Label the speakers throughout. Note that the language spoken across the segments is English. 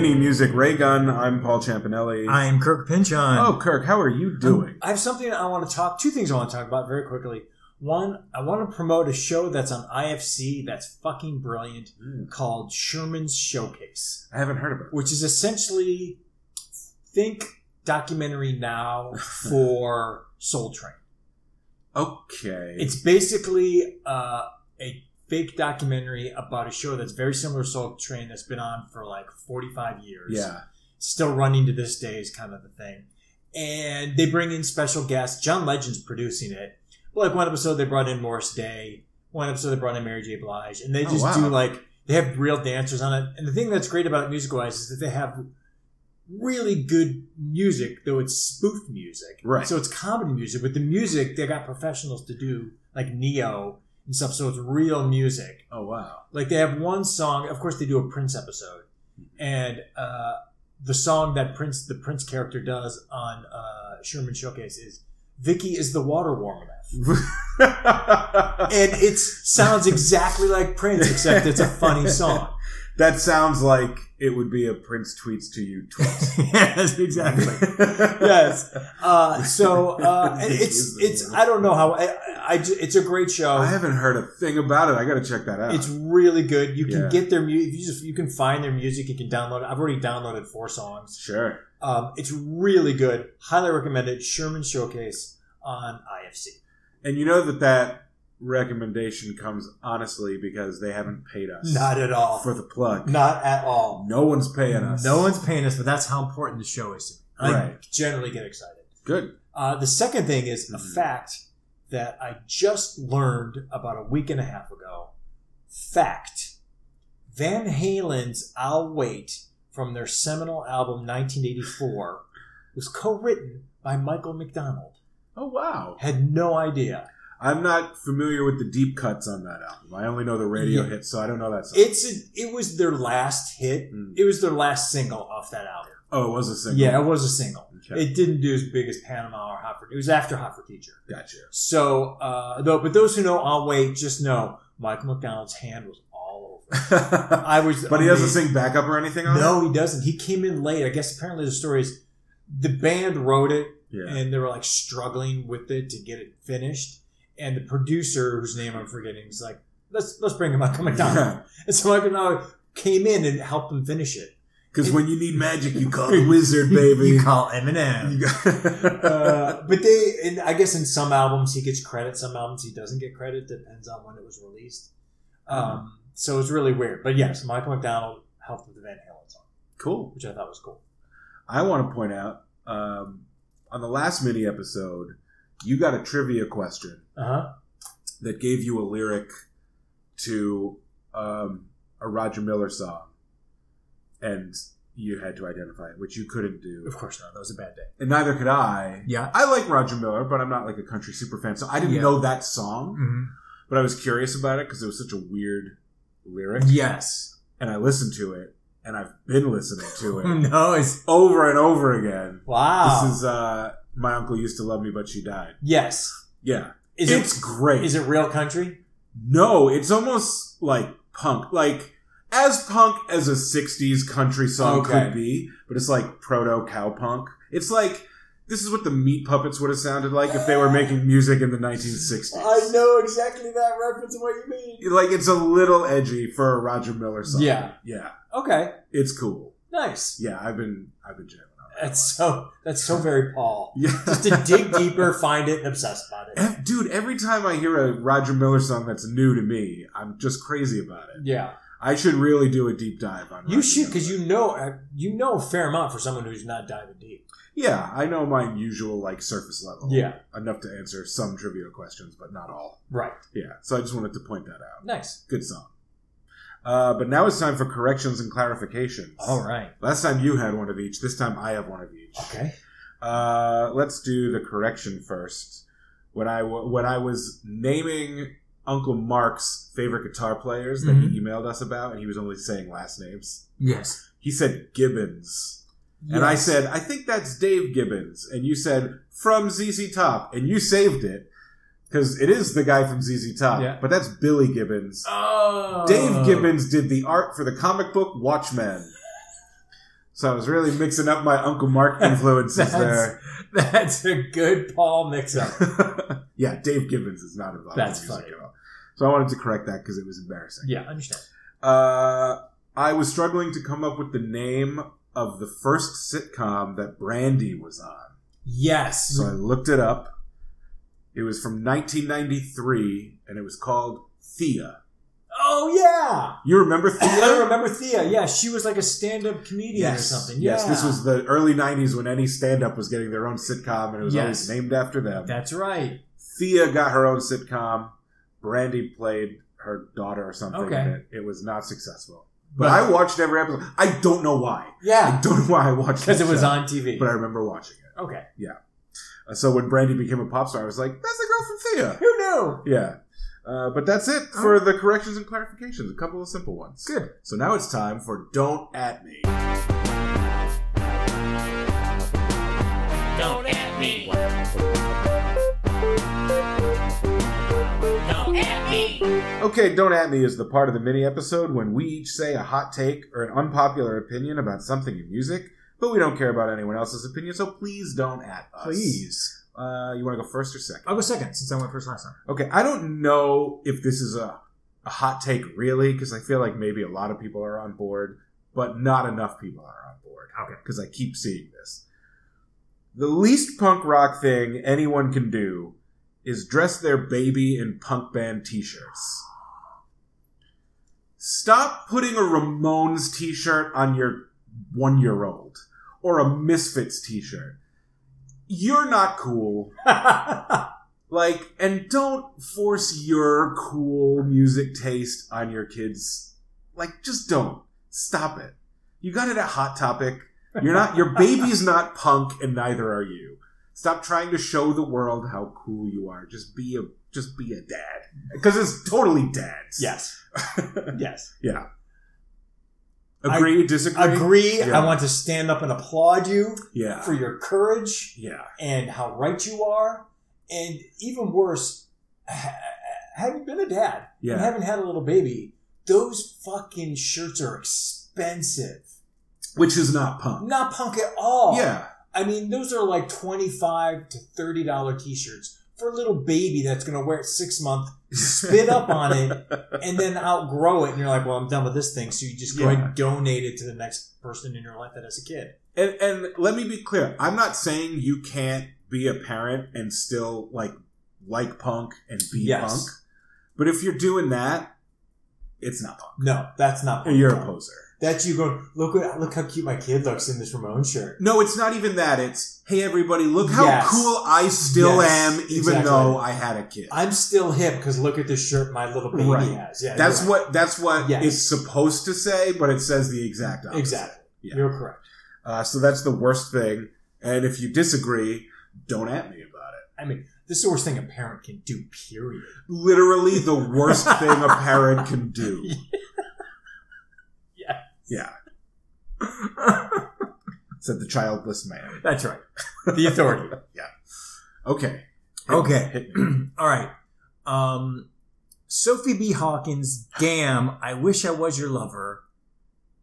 Speaker 1: Ray Gunn. I'm Paul Champanelli.
Speaker 2: I'm Kirk Pinchon.
Speaker 1: oh, Kirk, how are you doing?
Speaker 3: I have something I want to talk. Two things I want to talk about very quickly. One, I want to promote a show that's on IFC that's fucking brilliant
Speaker 1: Mm.
Speaker 3: called Sherman's Showcase,
Speaker 1: I haven't heard of it.
Speaker 3: which is essentially think documentary now for Soul Train.
Speaker 1: Okay.
Speaker 3: It's basically uh, a fake documentary about a show that's very similar to Soul Train that's been on for like 45 years.
Speaker 1: yeah.
Speaker 3: still running to this day is kind of the thing. And they bring in special guests. John Legend's producing it. But like one episode, they brought in Morris Day. One episode, they brought in Mary J. Blige, and they
Speaker 1: Oh,
Speaker 3: just
Speaker 1: wow.
Speaker 3: do like they have real dancers on it. And the thing that's great about it music wise is that they have really good music, though it's spoof music.
Speaker 1: Right.
Speaker 3: So it's comedy music, but the music they got professionals to do like Neo and stuff. So it's real music.
Speaker 1: Oh wow.
Speaker 3: Like they have one song. Of course, they do a Prince episode,
Speaker 1: Mm-hmm.
Speaker 3: and uh, the song that Prince, the Prince character, does on uh, Sherman Showcase is "Vicky is the water warm enough," and it sounds exactly like Prince, except it's a funny song.
Speaker 1: that sounds like it would be a Prince tweets to you tweet.
Speaker 2: yes, exactly.
Speaker 3: Yes. Uh, so uh, and
Speaker 1: Vicky
Speaker 3: it's
Speaker 1: is the
Speaker 3: it's
Speaker 1: water
Speaker 3: I don't know how I, I, I ju- it's a great show.
Speaker 1: I haven't heard a thing about it. I got to check that out.
Speaker 3: It's really good. You can
Speaker 1: Yeah.
Speaker 3: get their music. You, just- you can find their music. You can download it. I've already downloaded four songs.
Speaker 1: sure.
Speaker 3: Um, it's really good. Highly recommend it. Sherman Showcase on IFC.
Speaker 1: And you know that that recommendation comes honestly because they haven't paid us
Speaker 3: Not at all.
Speaker 1: for the plug.
Speaker 3: Not at all.
Speaker 1: No one's paying us.
Speaker 2: No one's paying us, but that's how important the show is to me.
Speaker 3: I
Speaker 1: Right.
Speaker 3: generally get excited.
Speaker 1: Good.
Speaker 3: Uh, the second thing is a
Speaker 1: Mhm.
Speaker 3: fact that I just learned about a week and a half ago. Fact Van Halen's I'll Wait from their seminal album 1984 was co written by Michael McDonald.
Speaker 1: Oh wow.
Speaker 3: Had no idea.
Speaker 1: I'm not familiar with the deep cuts on that album. I only know the radio
Speaker 3: Yeah.
Speaker 1: hits, so I don't know that song.
Speaker 3: It's a, it was their last hit.
Speaker 1: Mm.
Speaker 3: It was their last single off that album.
Speaker 1: oh, it was a single.
Speaker 3: Yeah, it was a single.
Speaker 1: Okay.
Speaker 3: It didn't do as big as Panama or Hot for. It was after Hot for Teacher.
Speaker 1: gotcha.
Speaker 3: So, uh, though, but those who know, I'll wait. Just know Michael McDonald's hand was all over. it.
Speaker 1: but
Speaker 3: I was,
Speaker 1: he doesn't
Speaker 3: amazed.
Speaker 1: sing backup or anything on it.
Speaker 3: No, he doesn't. He came in late. I guess apparently the story is the band wrote it
Speaker 1: Yeah.
Speaker 3: and they were like struggling with it to get it finished. And the producer, whose name I'm forgetting, was like, "Let's let's bring him Michael McDonald." and so Michael McDonald came in and helped them finish it.
Speaker 1: Because when you need magic, you call the wizard, baby.
Speaker 2: You call Eminem.
Speaker 1: You got-
Speaker 3: Uh, but they, and I guess in some albums he gets credit, some albums he doesn't get credit. Depends on when it was released. Um, so it's really weird. But yes, Michael McDonald helped with the Van Halen song,
Speaker 1: cool.
Speaker 3: which I thought was cool.
Speaker 1: I want to point out um, on the last mini episode, you got a trivia question
Speaker 3: Uh huh.
Speaker 1: that gave you a lyric to um, a Roger Miller song, and you had to identify it, which you couldn't do,
Speaker 3: Of course not. That was a bad day.
Speaker 1: and neither could I.
Speaker 2: Yeah.
Speaker 1: I like Roger Miller, but I'm not like a country super fan, so I didn't
Speaker 2: Yeah.
Speaker 1: know that
Speaker 3: Mm.
Speaker 1: song.
Speaker 2: Mhm.
Speaker 3: Mm-hmm.
Speaker 1: But I was curious about it because it was such a weird lyric,
Speaker 2: Yes.
Speaker 1: and I listened to it, and I've been listening to it
Speaker 3: Mm.
Speaker 2: No, it's
Speaker 1: over and over again.
Speaker 3: Wow.
Speaker 1: This is uh, my uncle used to love me, but she died.
Speaker 3: yes.
Speaker 1: Yeah,
Speaker 3: Is
Speaker 1: it's
Speaker 3: it
Speaker 1: great.
Speaker 3: is it real country?
Speaker 1: No, it's almost like punk, like as punk as a '60s country song
Speaker 3: Okay.
Speaker 1: could be, but it's like proto cowpunk. It's like this is what the Meat Puppets would have sounded like if they were making music in the 1960s.
Speaker 3: know exactly that reference and what you mean.
Speaker 1: Like it's a little edgy for a Roger Miller song.
Speaker 3: Yeah.
Speaker 1: yeah,
Speaker 3: Okay.
Speaker 1: it's cool.
Speaker 3: Nice.
Speaker 1: Yeah, I've been, I've been jamming on that.
Speaker 3: That's so. That's so very Paul.
Speaker 1: Yeah,
Speaker 3: Just to dig deeper, find it, and obsess about it.
Speaker 1: Ev- Dude, every time I hear a Roger Miller song that's new to me, I'm just crazy about it.
Speaker 3: Yeah.
Speaker 1: I should really do a deep dive on.
Speaker 3: You
Speaker 1: Roger
Speaker 3: should,
Speaker 1: Miller.
Speaker 3: because you know uh, you know a fair amount for someone who's not diving deep.
Speaker 1: Yeah, I know my usual like surface level.
Speaker 3: Yeah.
Speaker 1: enough to answer some trivia questions, but not all.
Speaker 3: Right.
Speaker 1: Yeah, so I just wanted to point that out.
Speaker 3: Nice.
Speaker 1: Good song. Uh, but now it's time for corrections and clarifications.
Speaker 3: All right.
Speaker 1: Last time you had one of each. This time I have one of each.
Speaker 3: Okay.
Speaker 1: Uh, let's do the correction first. When I wa when I was naming Uncle Mark's favorite guitar players that
Speaker 3: Mm-hmm.
Speaker 1: he emailed us about, and he was only saying last names.
Speaker 2: yes.
Speaker 1: He said Gibbons. And I said, I think that's Dave Gibbons. And you said, from ZZ Top. And you saved it because it is the guy from ZZ Top.
Speaker 3: Yeah.
Speaker 1: But that's Billy Gibbons.
Speaker 3: "Oh,
Speaker 1: Dave Gibbons did the art for the comic book Watchmen. So I was really mixing up my Uncle Mark influences
Speaker 3: That's,
Speaker 1: there.
Speaker 3: that's a good Paul mix-up.
Speaker 1: yeah, Dave Gibbons is not involved.
Speaker 3: That's
Speaker 1: in music
Speaker 3: funny.
Speaker 1: at all. So I wanted to correct that because it was embarrassing.
Speaker 3: Yeah, understand.
Speaker 1: Uh, I was struggling to come up with the name of the first sitcom that Brandy was on.
Speaker 3: Yes.
Speaker 1: So I looked it up. It was from 1993, and it was called Thea.
Speaker 3: Oh yeah.
Speaker 1: You remember Thea?
Speaker 3: I remember Thea. Yeah, she was like a stand-up comedian or
Speaker 2: Yes.
Speaker 3: something.
Speaker 1: Yes,
Speaker 3: yeah.
Speaker 1: this was the early 90s when any stand up was getting their own sitcom, and it was
Speaker 3: Yes.
Speaker 1: always named after them.
Speaker 3: That's right.
Speaker 1: Thea got her own sitcom. Brandy played her daughter or something
Speaker 3: Okay.
Speaker 1: in it. It was not successful. But, I watched every episode. I don't know why. I
Speaker 3: yeah,
Speaker 1: don't know why I watched
Speaker 3: because
Speaker 1: that
Speaker 3: it was
Speaker 1: show,
Speaker 3: on TV.
Speaker 1: But I remember watching it.
Speaker 3: okay.
Speaker 1: Uh, So when Brandy became a pop star, I was like, that's the girl from Thea.
Speaker 3: Who knew?
Speaker 1: Yeah. Uh, but that's it for the corrections and clarifications. A couple of simple ones. Good. So now it's time for Don't At Me.
Speaker 4: Don't at me. Don't at me.
Speaker 1: Okay, Don't At Me is the part of the mini episode when we each say a hot take or an unpopular opinion about something in music, but we don't care about anyone else's opinion, so please don't at us.
Speaker 2: Please.
Speaker 1: Uh, you want to go first or second?
Speaker 2: I'll go second since I went first last time.
Speaker 1: Okay, I don't know if this is a, a hot take really, because I feel like maybe a lot of people are on board, but not enough people are on board.
Speaker 2: Okay.
Speaker 1: Because I keep seeing this. The least punk rock thing anyone can do is dress their baby in punk band t shirts. Stop putting a Ramones t shirt on your one year old or a Misfits t shirt. You're not cool. Like, and don't force your cool music taste on your kids. Like, just don't. Stop it. You got it at Hot Topic. You're not, your baby's not punk and neither are you. Stop trying to show the world how cool you are. Just be a, just be a dad. Cause it's totally dads.
Speaker 3: yes. yes.
Speaker 1: Yeah. Agree, disagree?
Speaker 3: Agree.
Speaker 1: Yeah.
Speaker 3: I want to stand up and applaud you
Speaker 1: Yeah.
Speaker 3: for your courage
Speaker 1: yeah.
Speaker 3: and how right you are, and even worse, ha- having been a dad and
Speaker 1: Yeah.
Speaker 3: having had a little baby, those fucking shirts are expensive.
Speaker 1: Which is not punk.
Speaker 3: Not punk at all.
Speaker 1: Yeah.
Speaker 3: I mean, those are like twenty-five to thirty-dollar T-shirts for a little baby that's going to wear it six months, spit up on it, and then outgrow it, and you're like, "Well, I'm done with this thing." So you just go ahead and donate it to the next person in your life that has a kid.
Speaker 1: And and let me be clear, I'm not saying you can't be a parent and still like like punk and be
Speaker 3: Yes.
Speaker 1: punk. But if you're doing that, it's not punk.
Speaker 3: No, that's not.
Speaker 1: You're a poser.
Speaker 3: That's you going. Look what look how cute my kid looks in this Ramon shirt.
Speaker 1: No, it's not even that. It's hey everybody, look how
Speaker 3: Yes.
Speaker 1: cool I still
Speaker 3: Yes,
Speaker 1: am, even
Speaker 3: exactly.
Speaker 1: though I had a kid.
Speaker 3: I'm still hip because look at this shirt my little baby
Speaker 1: Right.
Speaker 3: has. Yeah,
Speaker 1: that's
Speaker 3: you're
Speaker 1: what that's what
Speaker 3: Yes.
Speaker 1: it's supposed to say, but it says the exact
Speaker 3: right.
Speaker 1: opposite.
Speaker 3: exactly.
Speaker 1: Yeah.
Speaker 3: You're correct.
Speaker 1: Uh, so that's the worst thing. And if you disagree, don't at me about it.
Speaker 3: I mean, this is the worst thing a parent can do. Period.
Speaker 1: literally the worst thing a parent can do.
Speaker 3: Yeah.
Speaker 1: Yeah. Said the childless man.
Speaker 2: That's right.
Speaker 3: The authority.
Speaker 1: Okay.
Speaker 2: Okay. All right. Um, Sophie B. Hawkins, Damn, I Wish I Was Your Lover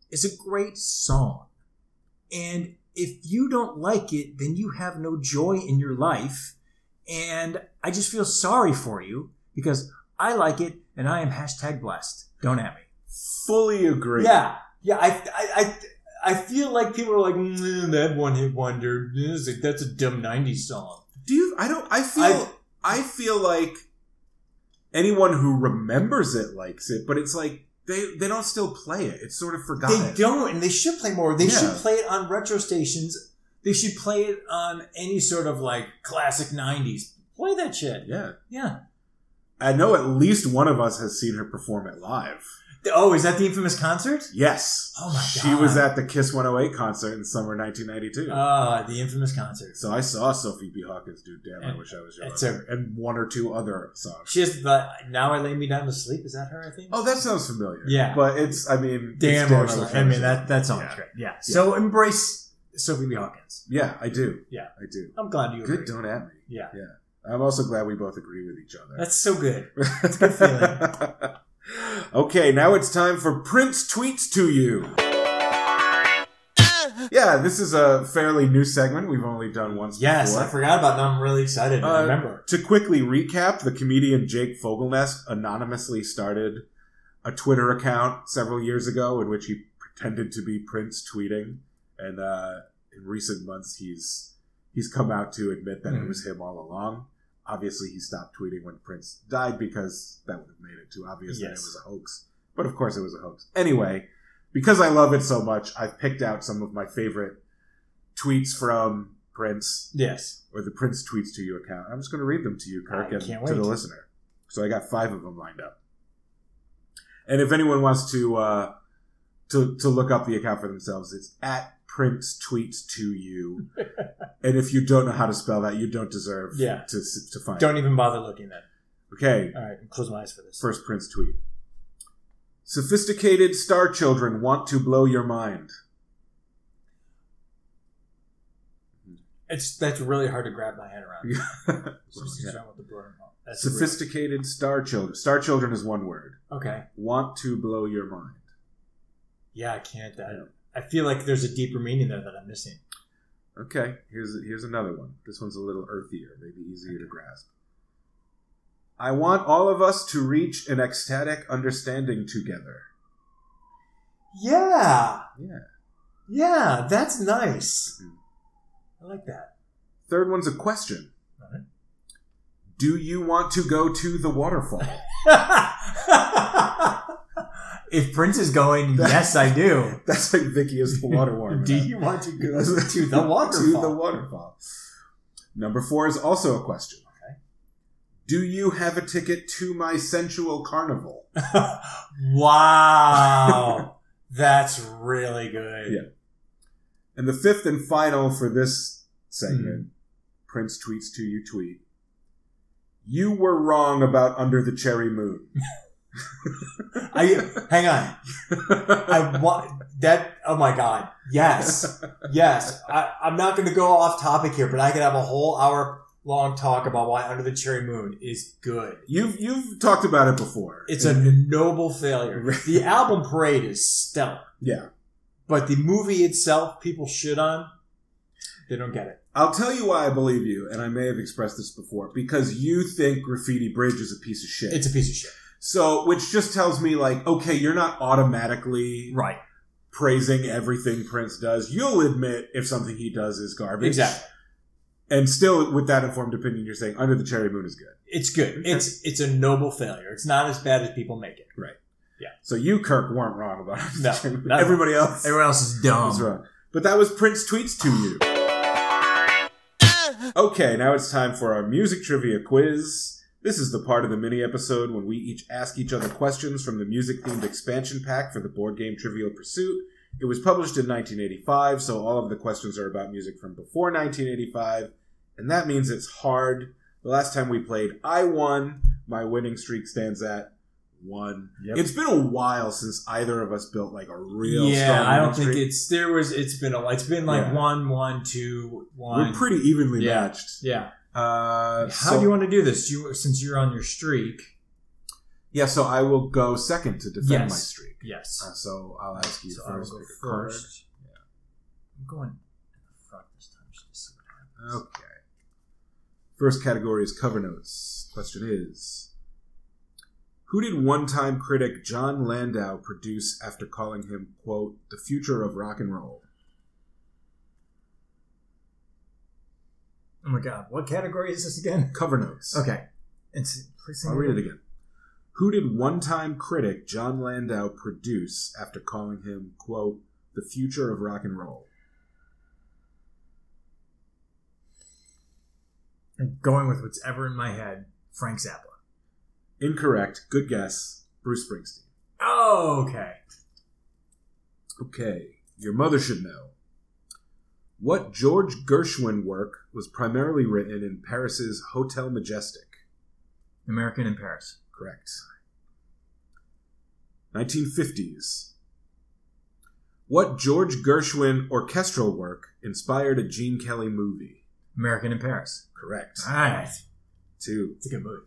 Speaker 2: is a great song. And if you don't like it, then you have no joy in your life. And I just feel sorry for you because I like it and I am hashtag blessed. Don't at me.
Speaker 1: Fully agree.
Speaker 3: Yeah, yeah. I, I, I, I feel like people are like "Mm, that one hit wonder. It's like, That's a dumb '90s song.
Speaker 1: Do you I don't I feel
Speaker 3: I-
Speaker 1: I, feel like anyone who remembers it likes it, but it's like they they don't still play it. It's sort of forgotten.
Speaker 3: they don't, and they should play more. They
Speaker 1: Yeah.
Speaker 3: should play it on retro stations. They should play it on any sort of like classic '90s. Play that shit.
Speaker 1: Yeah.
Speaker 3: Yeah.
Speaker 1: I know at least one of us has seen her perform it live.
Speaker 3: Oh, is that the infamous concert?
Speaker 1: Yes.
Speaker 3: Oh my
Speaker 1: She was
Speaker 3: God.
Speaker 1: at the Kiss 108 concert in summer 1992.
Speaker 3: Ah, the infamous concert.
Speaker 1: So I saw Sophie B. Hawkins do "Damn, I
Speaker 3: And-
Speaker 1: Wish I Was Your
Speaker 3: and
Speaker 1: Lover" and one or two other songs.
Speaker 3: She has the "Now I Lay Me Down to Sleep." Is that her? I think.
Speaker 1: oh, that sounds familiar.
Speaker 3: Yeah.
Speaker 1: but it's I mean, it's
Speaker 2: Damn,
Speaker 1: Wish
Speaker 2: or I
Speaker 1: Was
Speaker 2: mean
Speaker 1: Your
Speaker 2: that
Speaker 1: Lover.
Speaker 2: that song's
Speaker 1: Yeah.
Speaker 2: great. Yeah. So embrace Sophie B. Hawkins.
Speaker 1: Yeah, I do.
Speaker 3: Yeah.
Speaker 1: I do.
Speaker 3: I'm glad you
Speaker 1: Good,
Speaker 3: agree.
Speaker 1: don't at me.
Speaker 3: Yeah.
Speaker 1: I'm also glad we both agree with each other.
Speaker 3: That's so good.
Speaker 1: That's
Speaker 3: good feeling.
Speaker 1: okay, now it's time for Prince tweets to you.
Speaker 4: Uh,
Speaker 1: yeah, this is a fairly new segment. We've only done once
Speaker 3: Yes,
Speaker 1: before.
Speaker 3: I forgot about that. I'm really excited.
Speaker 1: Uh,
Speaker 3: I remember.
Speaker 1: To quickly recap, the comedian Jake Fogelnest anonymously started a Twitter account several years ago in which he pretended to be Prince tweeting, and uh, in recent months he's he's come out to admit that it
Speaker 2: Mhm.
Speaker 1: was him all along. Obviously, he stopped tweeting when Prince died because that would have made it too obvious that it
Speaker 3: Yes.
Speaker 1: was a hoax. But of course, it was a hoax. Anyway, because I love it so much, I've picked out some of my favorite tweets from Prince
Speaker 3: Yes.
Speaker 1: or the Prince tweets to you account. I'm just going to read them to you, Kirk,
Speaker 3: I
Speaker 1: and
Speaker 3: can't
Speaker 1: to the
Speaker 3: wait.
Speaker 1: listener. So I got five of them lined up. And if anyone wants to uh, to to look up the account for themselves, it's at Prince tweets to you. and if you don't know how to spell that, you don't deserve
Speaker 3: Yeah.
Speaker 1: to s- to find.
Speaker 3: Don't even bother looking then.
Speaker 1: it. Okay,
Speaker 3: All right, close my eyes for this.
Speaker 1: first Prince tweet. Sophisticated star children want to blow your mind.
Speaker 3: It's that's really hard to grab my head around. Just
Speaker 1: Yeah.
Speaker 3: around with the blur and all. That's
Speaker 1: Sophisticated
Speaker 3: Sophisticated.
Speaker 1: star children. Star children is one word.
Speaker 3: Okay.
Speaker 1: Want to blow your mind.
Speaker 3: Yeah, I can't. I,
Speaker 1: Yeah.
Speaker 3: I feel like there's a deeper meaning there that I'm missing.
Speaker 1: Okay, here's here's another one. This one's a little earthier, maybe easier to grasp. I want all of us to reach an ecstatic understanding together.
Speaker 3: Yeah.
Speaker 1: Yeah.
Speaker 3: Yeah, that's nice.
Speaker 1: Mhm.
Speaker 3: I like that.
Speaker 1: Third one's a question.
Speaker 3: Alright.
Speaker 1: Do you want to go to the waterfall?
Speaker 2: if Prince is going, yes, I do.
Speaker 1: That's like Vicky is the water warmer.
Speaker 3: Do you want to go to the waterfall?
Speaker 1: to the waterfall. Number four is also a question.
Speaker 3: Okay.
Speaker 1: Do you have a ticket to my sensual carnival?
Speaker 3: wow. That's really good.
Speaker 1: Yeah. And the fifth and final for this segment,
Speaker 3: Hmm.
Speaker 1: Prince tweets to you tweet. You were wrong about Under the Cherry Moon.
Speaker 3: I hang on. I want that. Oh my god. Yes. Yes. I, I'm not going to go off topic here, but I could have a whole hour long talk about why Under the Cherry Moon is good.
Speaker 1: you've you've talked about it before.
Speaker 3: It's a
Speaker 2: Mm-hmm.
Speaker 3: noble failure.
Speaker 1: Right.
Speaker 3: The album Parade is stellar,
Speaker 1: yeah.
Speaker 3: but the movie itself, people shit on. They don't get it.
Speaker 1: I'll tell you why I believe you, and I may have expressed this before because you think Graffiti Bridge is a piece of shit.
Speaker 3: It's a piece of shit.
Speaker 1: so, which just tells me like, okay, you're not automatically
Speaker 2: Right.
Speaker 1: praising everything Prince does. You'll admit if something he does is garbage.
Speaker 3: Exactly.
Speaker 1: And still, with that informed opinion, you're saying Under the Cherry Moon is good.
Speaker 3: It's good.
Speaker 1: Okay.
Speaker 3: It's it's a noble failure. It's not as bad as people make it.
Speaker 1: So you, Kirk, weren't wrong about it.
Speaker 3: No, not
Speaker 1: everybody else
Speaker 2: Everyone else is dumb.
Speaker 3: Um,
Speaker 1: was wrong. But that was Prince tweets to you. Okay, now it's time for our music trivia quiz. This is the part of the mini episode when we each ask each other questions from the music themed expansion pack for the board game Trivial Pursuit. It was published in 1985, so all of the questions are about music from before 1985, and that means it's hard. The last time we played, I won. My winning streak stands at one.
Speaker 2: Yep.
Speaker 1: It's been a while since either of us built like a real.
Speaker 3: yeah,
Speaker 1: strong
Speaker 3: I
Speaker 1: winning
Speaker 3: don't think
Speaker 1: streak.
Speaker 3: it's there was. It's been a. It's been like
Speaker 1: Yeah.
Speaker 3: one, one, two, one.
Speaker 1: We're pretty evenly
Speaker 3: Yeah.
Speaker 1: matched.
Speaker 3: yeah.
Speaker 1: Uh,
Speaker 2: How
Speaker 1: so-
Speaker 2: do you want to do this? You since you're on your streak.
Speaker 1: Yeah, so I will go second to defend
Speaker 3: Yes.
Speaker 1: my streak. Uh,
Speaker 3: Yes.
Speaker 1: so I'll ask you
Speaker 2: so I will
Speaker 1: first.
Speaker 2: go
Speaker 1: pick a card.
Speaker 2: first. I'm going in the front this time. just to see what happens.
Speaker 1: Okay. First category is cover notes. Question is Who did one time critic John Landau produce after calling him, quote, the future of rock and roll?
Speaker 2: Oh my god, what category is this again?
Speaker 1: Cover notes.
Speaker 3: Oh,
Speaker 2: Okay. It's, please
Speaker 1: I'll read it again. Who did one time critic John Landau produce after calling him, quote, the future of rock and roll?
Speaker 2: I'm going with what's ever in my head. Frank Zappa.
Speaker 1: Incorrect. Good guess. Bruce Springsteen.
Speaker 2: Oh, okay.
Speaker 1: Okay. Your mother should know. What George Gershwin work was primarily written in Paris's Hotel Majestic?
Speaker 2: American in Paris.
Speaker 1: Correct. 1950s. What George Gershwin orchestral work inspired a Gene Kelly movie?
Speaker 2: American in Paris.
Speaker 1: Correct.
Speaker 2: All right.
Speaker 1: Two.
Speaker 2: It's a good movie.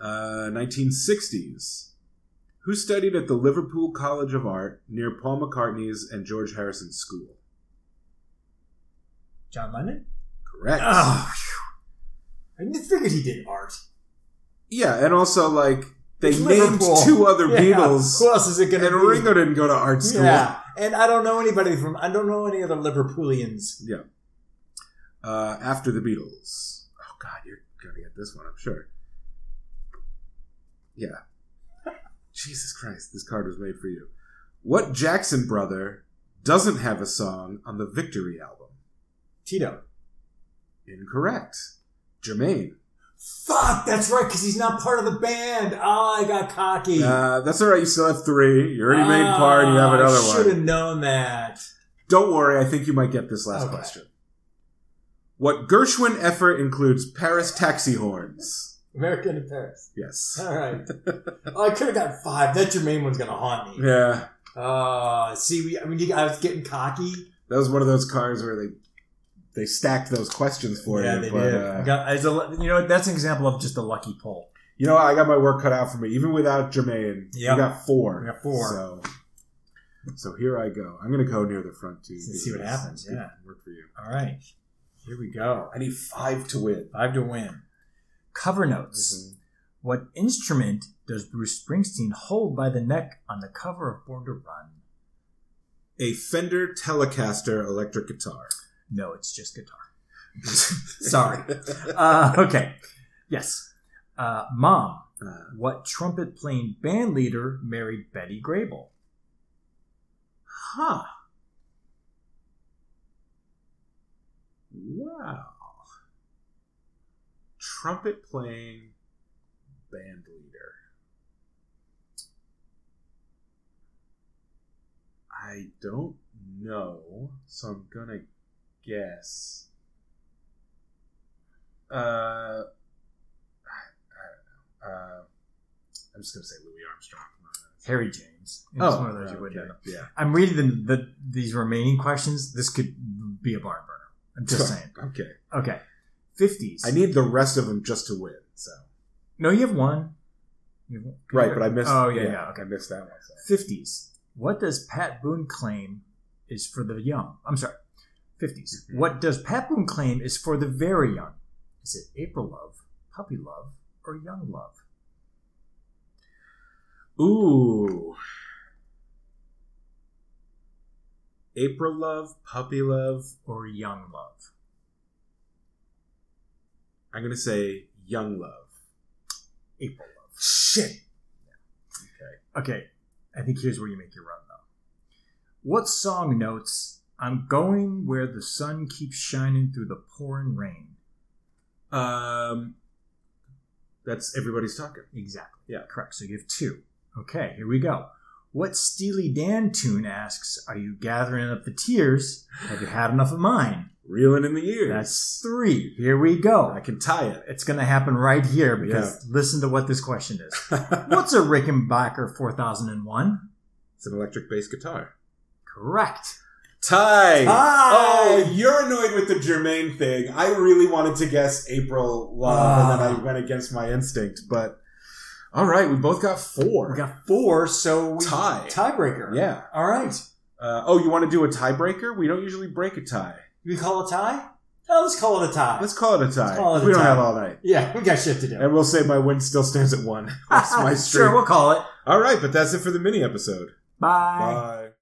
Speaker 1: Uh, 1960s. Who studied at the Liverpool College of Art near Paul McCartney's and George Harrison's school?
Speaker 5: John Lennon?
Speaker 1: Correct.
Speaker 5: Oh, phew. I figured he did art.
Speaker 1: Yeah, and also like they
Speaker 5: It's
Speaker 1: named
Speaker 5: Liverpool.
Speaker 1: two other
Speaker 5: Yeah.
Speaker 1: Beatles,
Speaker 5: Who else is it going to
Speaker 1: and
Speaker 5: be?
Speaker 1: Ringo didn't go to art school.
Speaker 5: Yeah, and I don't know anybody from. I don't know any other Liverpoolians.
Speaker 1: Uh, after the Beatles, oh god, you're gonna get this one, I'm sure. Yeah. Jesus Christ, this card was made for you. What Jackson brother doesn't have a song on the Victory album?
Speaker 5: Tito.
Speaker 1: Incorrect. Jermaine.
Speaker 5: Fuck, that's right, because he's not part of the band. Oh, I got cocky.
Speaker 1: Uh, that's all right. You still have three. You already
Speaker 3: Ah,
Speaker 1: made part. You have another
Speaker 5: Should
Speaker 1: one.
Speaker 5: have known that.
Speaker 1: Don't worry. I think you might get this last
Speaker 5: Okay.
Speaker 1: question. What Gershwin effort includes Paris taxi horns?
Speaker 5: American in Paris.
Speaker 1: Yes.
Speaker 5: All right. oh, I could have got five. That Jermaine one's gonna haunt me.
Speaker 1: Yeah,
Speaker 5: Uh, see, we, I mean, you- I was getting cocky.
Speaker 1: that was one of those cards where they they stacked those questions for you. but,
Speaker 5: I
Speaker 1: Uh,
Speaker 5: got- I was a-
Speaker 3: You know, that's an example of just a lucky pull.
Speaker 1: you know, what? I got my work cut out for me, even without Jermaine.
Speaker 3: Yep.
Speaker 1: You got four.
Speaker 3: We got four.
Speaker 1: So, so here I go. I'm gonna go near the front too.
Speaker 3: See what
Speaker 1: because
Speaker 3: happens,
Speaker 1: it didn't
Speaker 3: yeah.
Speaker 1: work for you.
Speaker 3: All right. Here we go.
Speaker 1: I need five to win. Mm-hmm.
Speaker 3: Five to win. Cover notes. What instrument does Bruce Springsteen hold by the neck on the cover of Born to Run?
Speaker 1: A Fender Telecaster electric guitar.
Speaker 3: No, it's just guitar. Sorry. Uh, okay. Yes. Uh, Mom,
Speaker 1: Uh,
Speaker 3: what trumpet playing band leader married Betty Grable?
Speaker 1: huh. Wow. Trumpet playing band leader. I don't know, so I'm gonna guess. Uh, I, I don't know. Uh, I'm just gonna say Louis Armstrong.
Speaker 3: Harry James. It's
Speaker 1: Oh,
Speaker 3: one of those you would
Speaker 1: okay.
Speaker 3: know.
Speaker 1: yeah.
Speaker 3: I'm reading the, the these remaining questions. This could be a barn burner. I'm just saying.
Speaker 1: Okay.
Speaker 3: Okay. 50s.
Speaker 1: I need the rest of them just to win. So
Speaker 3: no, you have one. You have one.
Speaker 1: right, but I missed.
Speaker 3: Oh, yeah, yeah.
Speaker 1: I missed that one. So.
Speaker 3: 50s. What does Pat Boone claim is for the young? I'm sorry. 50s.
Speaker 1: Mhm.
Speaker 3: What does Pat Boone claim is for the very young? Is it April love, puppy love, or young love?
Speaker 1: Ooh. April love, puppy love.
Speaker 3: Or young love?
Speaker 1: I'm gonna say young love.
Speaker 3: April love.
Speaker 1: Shit.
Speaker 3: Okay, I think here's where you make your run though. What song notes I'm going where the sun keeps shining through the pouring rain?
Speaker 1: Um, that's everybody's talking.
Speaker 3: Exactly.
Speaker 1: Yeah.
Speaker 3: Correct. So you have two. Okay, here we go. What Steely Dan tune asks, Are you gathering up the tears? Have you had enough of mine?
Speaker 1: Reeling in the ears.
Speaker 3: That's three. Here we go.
Speaker 1: I can tie it.
Speaker 3: It's going to happen right here because listen to what this question is. What's a Rickenbacker 4001?
Speaker 1: it's an electric bass guitar.
Speaker 3: Correct.
Speaker 1: Tie.
Speaker 5: Tie!
Speaker 1: Oh, you're annoyed with the Germaine thing. I really wanted to guess April Love, and
Speaker 3: Ah.
Speaker 1: then I went against my instinct. But all right, we both got four.
Speaker 3: We got
Speaker 5: four, so we
Speaker 1: Tie.
Speaker 5: tiebreaker.
Speaker 1: yeah.
Speaker 5: All right.
Speaker 1: Uh, oh, you want to do a tiebreaker? We don't usually break a tie.
Speaker 5: We call it a tie. Oh, let's call it a tie.
Speaker 1: Let's call it a tie.
Speaker 5: call it a
Speaker 1: we don't
Speaker 5: tie.
Speaker 1: have all night.
Speaker 5: yeah, we got shit to do.
Speaker 1: And we'll say my win still stands at one. That's my streak.
Speaker 3: sure, we'll call it.
Speaker 1: All right, but that's it for the mini episode.
Speaker 3: Bye.
Speaker 1: Bye.